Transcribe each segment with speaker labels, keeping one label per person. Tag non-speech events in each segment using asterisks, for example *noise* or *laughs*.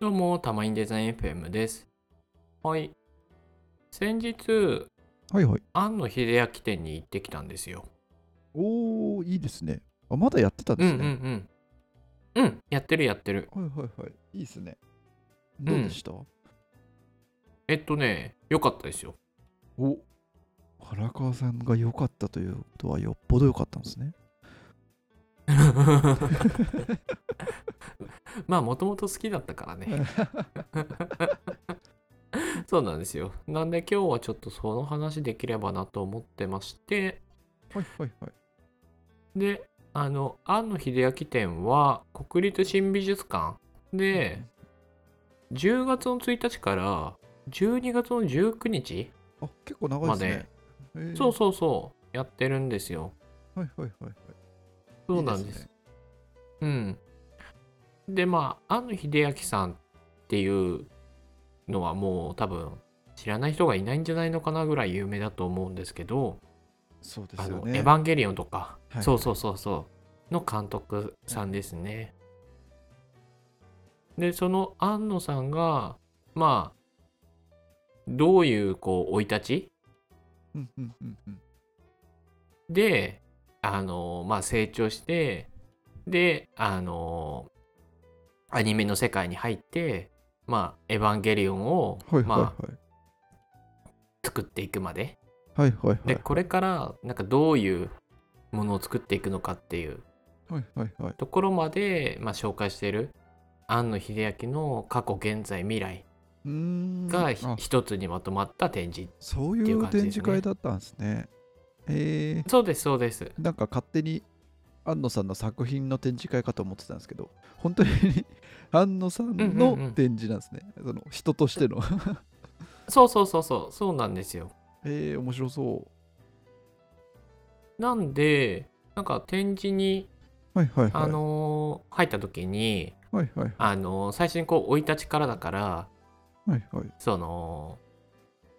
Speaker 1: どうも、たまにデザイン FM です。はい。先日、
Speaker 2: はいはい。
Speaker 1: 庵野秀明店に行ってきたんですよ。
Speaker 2: おー、いいですね。あ、まだやってたん
Speaker 1: う
Speaker 2: で
Speaker 1: ん
Speaker 2: す
Speaker 1: う
Speaker 2: ね。
Speaker 1: んうん。うん、やってるやってる。
Speaker 2: はいはいはい。いいですね。どうでした、
Speaker 1: えっとね、良かったですよ。
Speaker 2: お原川さんが良かったということはよっぽど良かったんですね。
Speaker 1: まあ、もともと好きだったから
Speaker 2: *laughs*
Speaker 1: ね。そうなんですよ。なんで今日はちょっとその話できればなと思ってまして、
Speaker 2: はいはいはい。
Speaker 1: で、あの、庵野秀明展は国立新美術館で、10月の1日から12月の19日、
Speaker 2: あ、結構長いですね。へー
Speaker 1: そうそうそう、やってるんですよ。
Speaker 2: はいはいはいはい。
Speaker 1: そうなんです。
Speaker 2: いいね
Speaker 1: うん。で、まあ、庵野秀明さんっていうのはもう多分知らない人がいないんじゃないのかなぐらい有名だと思うんですけど、
Speaker 2: そうで
Speaker 1: あ
Speaker 2: すよ
Speaker 1: の、
Speaker 2: ね。
Speaker 1: エヴァンゲリオンとか、
Speaker 2: はい
Speaker 1: そうそうそうそう、の監督さんですね。で、その庵野さんが、まあ、どういう、こう、生い立ち
Speaker 2: うんうんうんうん。
Speaker 1: で、あの、まあ、成長して、で、あの、アニメの世界に入って、まあ、エヴァンゲリオンを、
Speaker 2: はいはい
Speaker 1: ま
Speaker 2: は
Speaker 1: あ、作っていくまで。
Speaker 2: い。はいはいは
Speaker 1: で、
Speaker 2: い。
Speaker 1: これから、なんかどういうものを作っていくのかっていう
Speaker 2: はいはいはい。
Speaker 1: ところまで、まあ、紹介している庵野秀明の過去現在未来
Speaker 2: うーん。
Speaker 1: がひ
Speaker 2: あ、
Speaker 1: 一つにまとまった展示
Speaker 2: そう
Speaker 1: って
Speaker 2: い
Speaker 1: いう
Speaker 2: う
Speaker 1: 感じですね
Speaker 2: 展示会だったんですね。え
Speaker 1: そうですそうです
Speaker 2: ー、なんか勝手に安野さんの作品の展示会かと思ってたんですけど、本当に *laughs* 安野さん
Speaker 1: うんうんう
Speaker 2: の
Speaker 1: ん
Speaker 2: 展示なんですね。その人としての。
Speaker 1: そうそうそうそうそうなんですよ
Speaker 2: *laughs* えー、面白そ
Speaker 1: なんでなんか展示に、
Speaker 2: う。はいはいはい。
Speaker 1: あのー入った時に、
Speaker 2: はいはい
Speaker 1: あのー最初にこう生い立ちからだから
Speaker 2: はいはい。
Speaker 1: その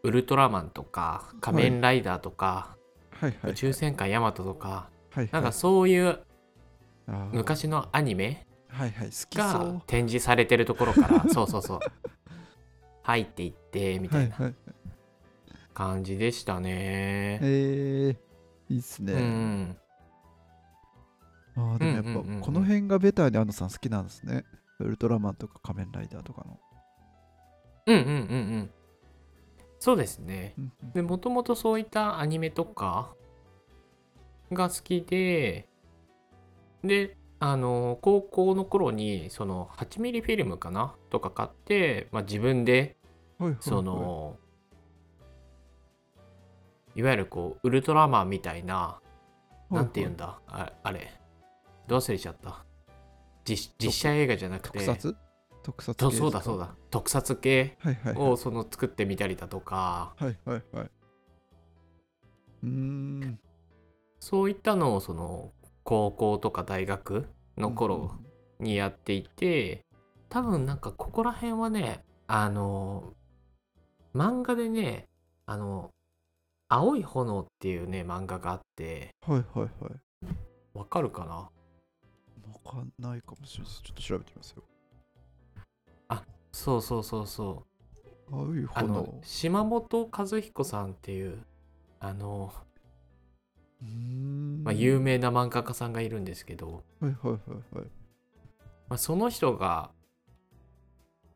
Speaker 1: ウルトラマンとか仮面ライダーとか、
Speaker 2: はいはいはい。
Speaker 1: 宇宙戦艦ヤマトとか、
Speaker 2: はいはい、
Speaker 1: なんかそういう
Speaker 2: あー
Speaker 1: 昔のアニメ、
Speaker 2: はいはい。好きそ
Speaker 1: が
Speaker 2: う。
Speaker 1: 展示されてるところから
Speaker 2: *laughs*
Speaker 1: そうそうそう入っていってみた
Speaker 2: はい
Speaker 1: いな
Speaker 2: はい。
Speaker 1: 感じでしたね。
Speaker 2: えー、いいっすね。
Speaker 1: うん、
Speaker 2: あーでもやっぱ、
Speaker 1: うんうんうんうん
Speaker 2: この辺がベターに安野さん好きなんですね。ウルトラマンとか仮面ライダーとかの。
Speaker 1: うんうんうんうんそうですね。
Speaker 2: うんうん
Speaker 1: でもともとそういったアニメとかが好きでであの高校の頃にその8ミリフィルムかなとか買って、まあ、自分で
Speaker 2: はいはいはい
Speaker 1: そのいわゆるこうウルトラマンみたいななんて言うん
Speaker 2: だ
Speaker 1: だああれどう忘れちゃった実実写映画じゃなくて
Speaker 2: 特撮特撮系
Speaker 1: そ
Speaker 2: で
Speaker 1: う
Speaker 2: すか
Speaker 1: そうだそう。だ特撮系
Speaker 2: はいはいはい。
Speaker 1: をその作ってみたりだとか
Speaker 2: はいはいはい。うーん。
Speaker 1: そういったのをその高校とか大学の頃にやっていて多分なんかここら辺はねあの漫画でねあの「青い炎」っていうね漫画があって
Speaker 2: うんうん。はいはいはい。
Speaker 1: わかるかな
Speaker 2: わかんないかもしれないです。ちょっと調べてみますよ。
Speaker 1: そうそうそうそう
Speaker 2: 青い
Speaker 1: あ
Speaker 2: 炎。
Speaker 1: の島本和彦さんっていうあの、
Speaker 2: うーん
Speaker 1: まあ、有名な漫画家さんがいるんですけど、
Speaker 2: はいはいはいはい。
Speaker 1: まあ、その人が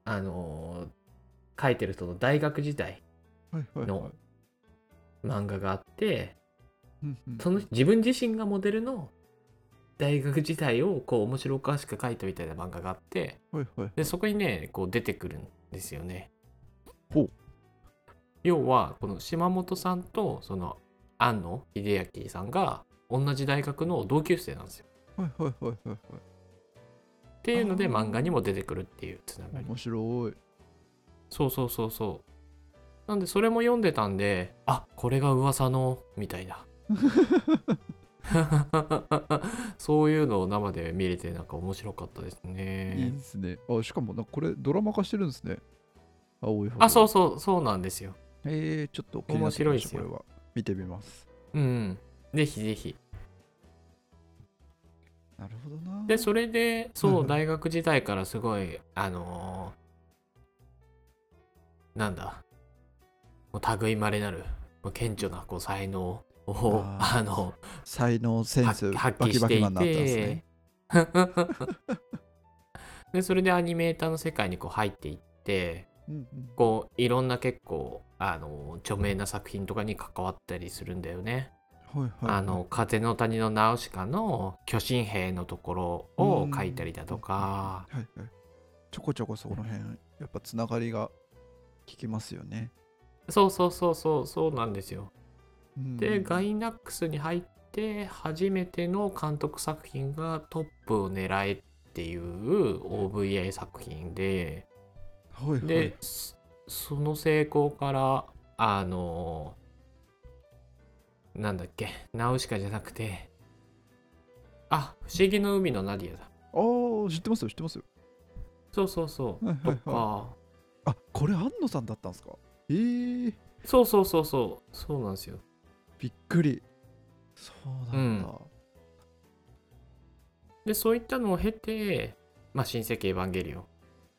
Speaker 1: あの書いてるその大学時代
Speaker 2: はいはいはい
Speaker 1: の。漫画があって
Speaker 2: うんうん
Speaker 1: その自分自身がモデルの大学時代をこう面白おかしく書いたみたいな漫画があって
Speaker 2: はいはい。
Speaker 1: でそこにねこう出てくるんですよね。
Speaker 2: ほう
Speaker 1: 要はこの島本さんとその庵野秀明さんが同じ大学の同級生なんですよ。
Speaker 2: はいはいはいはいは
Speaker 1: っていうので
Speaker 2: あー
Speaker 1: 漫画にも出てくるっていうつなが
Speaker 2: い。
Speaker 1: り、
Speaker 2: 面白い。
Speaker 1: そうそうそうそうなんでそれも読んでたんであこれが噂のみたいな *laughs* そういうのを生で見れてなんか面白かったです
Speaker 2: いい
Speaker 1: ね
Speaker 2: ですね。あ、しかもな、これドラマ化してるんですね。青い炎。
Speaker 1: あそうそうそうなんですよ
Speaker 2: えー、ちょっと気に
Speaker 1: 面
Speaker 2: なってき
Speaker 1: 白い
Speaker 2: ま
Speaker 1: っ
Speaker 2: した
Speaker 1: すよ
Speaker 2: これは。見てみます。
Speaker 1: うんぜひぜひ
Speaker 2: なるほどな。
Speaker 1: でそれでそううん大学時代からすごいあのーなんだもう類いまれなるもう顕著なこう才能を
Speaker 2: あー
Speaker 1: あの
Speaker 2: 才能センスバ
Speaker 1: 発揮
Speaker 2: キ
Speaker 1: し
Speaker 2: バ
Speaker 1: て
Speaker 2: キ
Speaker 1: い
Speaker 2: マンだったんですね
Speaker 1: て *laughs* でそれでアニメーターの世界にこう入っていって
Speaker 2: うん
Speaker 1: こういろんな結構あの著名な作品とかに関わったりするんだよね。
Speaker 2: うんはいはい
Speaker 1: あの「風の谷のナウシカ」の巨神兵のところを書いたりだとか、
Speaker 2: はいはいちょこちょこそこの辺やっぱつながりが聞きますよね、
Speaker 1: そうそうそうそうそうなんですよ。
Speaker 2: うん
Speaker 1: でガイナックスに入って初めての監督作品がトップを狙えっていう OVA 作品で
Speaker 2: はいはい
Speaker 1: で、そその成功からあのなんだっけナウシカじゃなくてあ不思議の海のナディアだ
Speaker 2: ああ知ってますよ知ってますよ
Speaker 1: そうそうそう、
Speaker 2: はいはいはい
Speaker 1: とか
Speaker 2: あこれ安野さんだったんですかえー、
Speaker 1: そうそうそうそうそうなんですよ
Speaker 2: びっくりそうなんだ、
Speaker 1: でそういったのを経て「まあ、新世紀エヴァンゲリオン」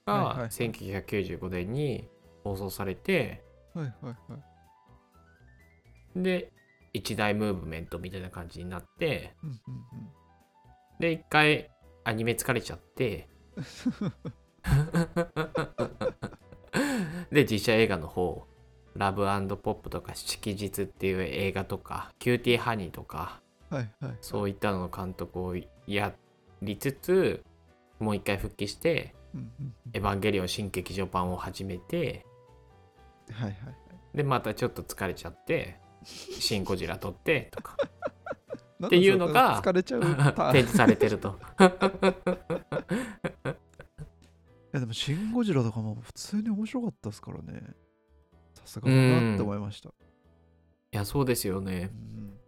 Speaker 2: はいはいは
Speaker 1: が
Speaker 2: い
Speaker 1: 1995年に放送されて、
Speaker 2: はいはいはい
Speaker 1: で一大ムーブメントみたいな感じになって
Speaker 2: うんうんうん
Speaker 1: で一回アニメ疲れちゃってで実写映画の方「ラブポップ」とか「色日」っていう映画とか「キューティーハニー」とか
Speaker 2: はいはい
Speaker 1: そういったのの監督をやりつつもう一回復帰して
Speaker 2: うんうんうん
Speaker 1: エヴァンゲリオン新劇場版を始めて、
Speaker 2: はいはい
Speaker 1: で、またちょっと疲れちゃって、シン・ゴジラ撮ってとか、
Speaker 2: って
Speaker 1: いうのが
Speaker 2: 疲れちゃ
Speaker 1: *laughs*
Speaker 2: うターン
Speaker 1: 展示されてると。
Speaker 2: いやでも、シン・ゴジラとかも普通に面白かったですからね。さすがだなって思いました。
Speaker 1: いや、そうですよね
Speaker 2: う。ん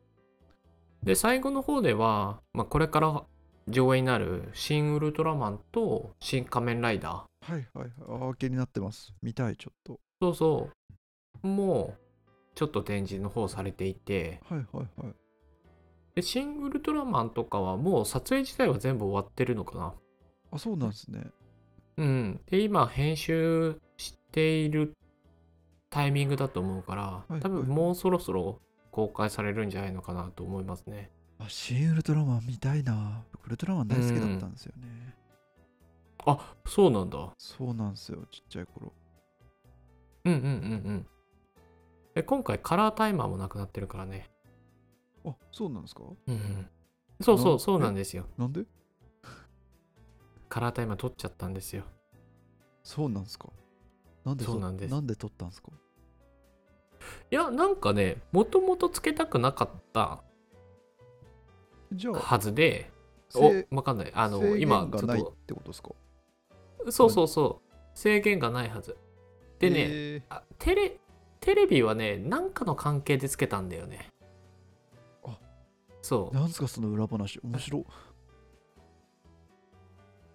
Speaker 1: で、最後の方では、まあ、これから上映になるシン・ウルトラマンと新仮面ライダー。
Speaker 2: はいはいはい。ああ、気になってます。見たい、ちょっと。
Speaker 1: そうそう。もう、ちょっと展示の方されていて、
Speaker 2: はいはいはい。
Speaker 1: で、シン・ウルトラマンとかはもう撮影自体は全部終わってるのかな。
Speaker 2: あ、そうなんですね。
Speaker 1: うん。で、今、編集しているタイミングだと思うか
Speaker 2: いは
Speaker 1: ら、
Speaker 2: い
Speaker 1: 多分もうそろそろ公開されるんじゃないのかなと思いますね。
Speaker 2: あ、シン・ウルトラマン見たいな。僕ウルトラマン大好きだったんですよね。
Speaker 1: あ、そうなんだ。
Speaker 2: そうなんですよ、ちっちゃい頃。
Speaker 1: うんうんうんうん。で今回、カラータイマーもなくなってるからね。
Speaker 2: あ、そうなんですか
Speaker 1: うんうん。そうそ
Speaker 2: な
Speaker 1: う、そうなんですよ。
Speaker 2: なんで
Speaker 1: カラータイマー取っちゃったんですよ。
Speaker 2: そうなんですかなんでと
Speaker 1: そうなんです
Speaker 2: なんで撮ったんですか
Speaker 1: いや、なんかね、もともとつけたくなかった
Speaker 2: じゃあ、
Speaker 1: はずで、お
Speaker 2: せ、
Speaker 1: わかんない。あの、
Speaker 2: 制限
Speaker 1: 今、
Speaker 2: が
Speaker 1: ちょっ
Speaker 2: ないっ
Speaker 1: と、
Speaker 2: てことですか
Speaker 1: そうそうそう、制限がないはず。でね、
Speaker 2: えー
Speaker 1: あテレテレビはねなんかの関係でつけたんだよね
Speaker 2: あ
Speaker 1: そう
Speaker 2: なんすかその裏話面白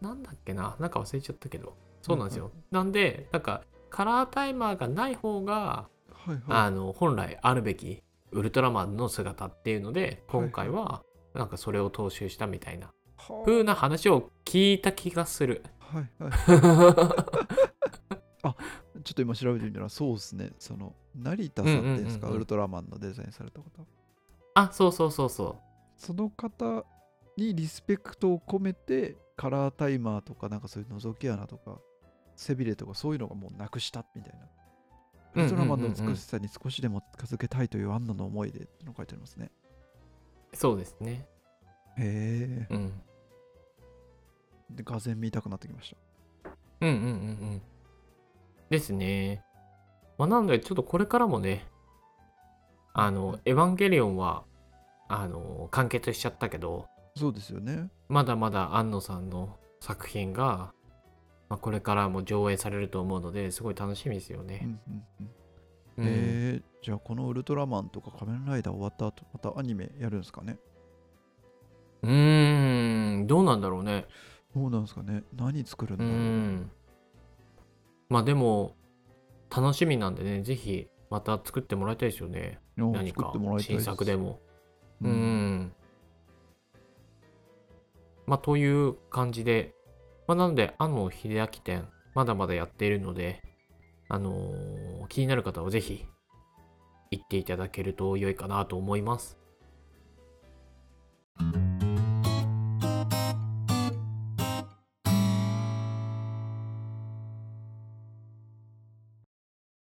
Speaker 1: なんだっけななんか忘れちゃったけどそうなんですよ、なんでなんかカラータイマーがない方が、
Speaker 2: はいはい
Speaker 1: あの本来あるべきウルトラマンの姿っていうので今回はなんかそれを踏襲したみたいな
Speaker 2: はあ
Speaker 1: 風な話を聞いた気がす *laughs* る
Speaker 2: はいはいちょっと今調べてみたら、そうですね。その、成田さんっていうんですか、
Speaker 1: うんうんうんうん
Speaker 2: ウルトラマンのデザインされた方。
Speaker 1: あそうそうそうそ
Speaker 2: その方にリスペクトを込めて、カラータイマーとか、なんかそういう覗き穴とか、背びれとか、そういうのがもうなくしたみたいな。ウルトラマンの美しさに少しでも近づけたいというアンナの思いでってのが書いてありますね。
Speaker 1: うそうですね
Speaker 2: へえ。
Speaker 1: うん
Speaker 2: で、がぜ見たくなってきました。
Speaker 1: うんうんうんうん。ですね。まあ、なので、ちょっとこれからもね、あの、エヴァンゲリオンは、あの、完結しちゃったけど、
Speaker 2: そうですよね。
Speaker 1: まだまだ安野さんの作品が、まあ、これからも上映されると思うので、すごい楽しみですよ
Speaker 2: う
Speaker 1: ね。
Speaker 2: んうんうん。
Speaker 1: うん
Speaker 2: えー、じゃあこのウルトラマンとか仮面ライダー終わった後、またアニメやるんですかね
Speaker 1: うーん、どうなんだろうね。
Speaker 2: どうなんですかね何作るん
Speaker 1: う
Speaker 2: だろう、
Speaker 1: ん。まあでも、楽しみなんでね、ぜひ、また作ってもらいたいですよね。
Speaker 2: の
Speaker 1: 何
Speaker 2: 作っ
Speaker 1: か
Speaker 2: てもらいたい
Speaker 1: 新
Speaker 2: す
Speaker 1: 作でも。
Speaker 2: う
Speaker 1: うんん。まあ、という感じで、まあ、なので、あの秀明店、まだまだやっているので、あのー気になる方はぜひ行っていただけると良いかなと思います。